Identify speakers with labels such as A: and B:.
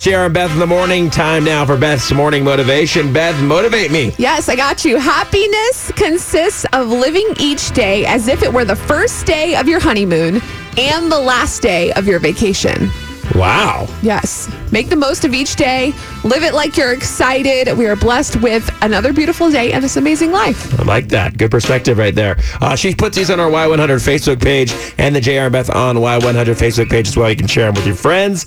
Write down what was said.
A: Sharon Beth in the morning. Time now for Beth's morning motivation. Beth, motivate me.
B: Yes, I got you. Happiness consists of living each day as if it were the first day of your honeymoon and the last day of your vacation.
A: Wow.
B: Yes, make the most of each day. Live it like you're excited. We are blessed with another beautiful day and this amazing life.
A: I like that. Good perspective right there. Uh, she puts these on our Y100 Facebook page and the JR Beth on Y100 Facebook page as well. You can share them with your friends.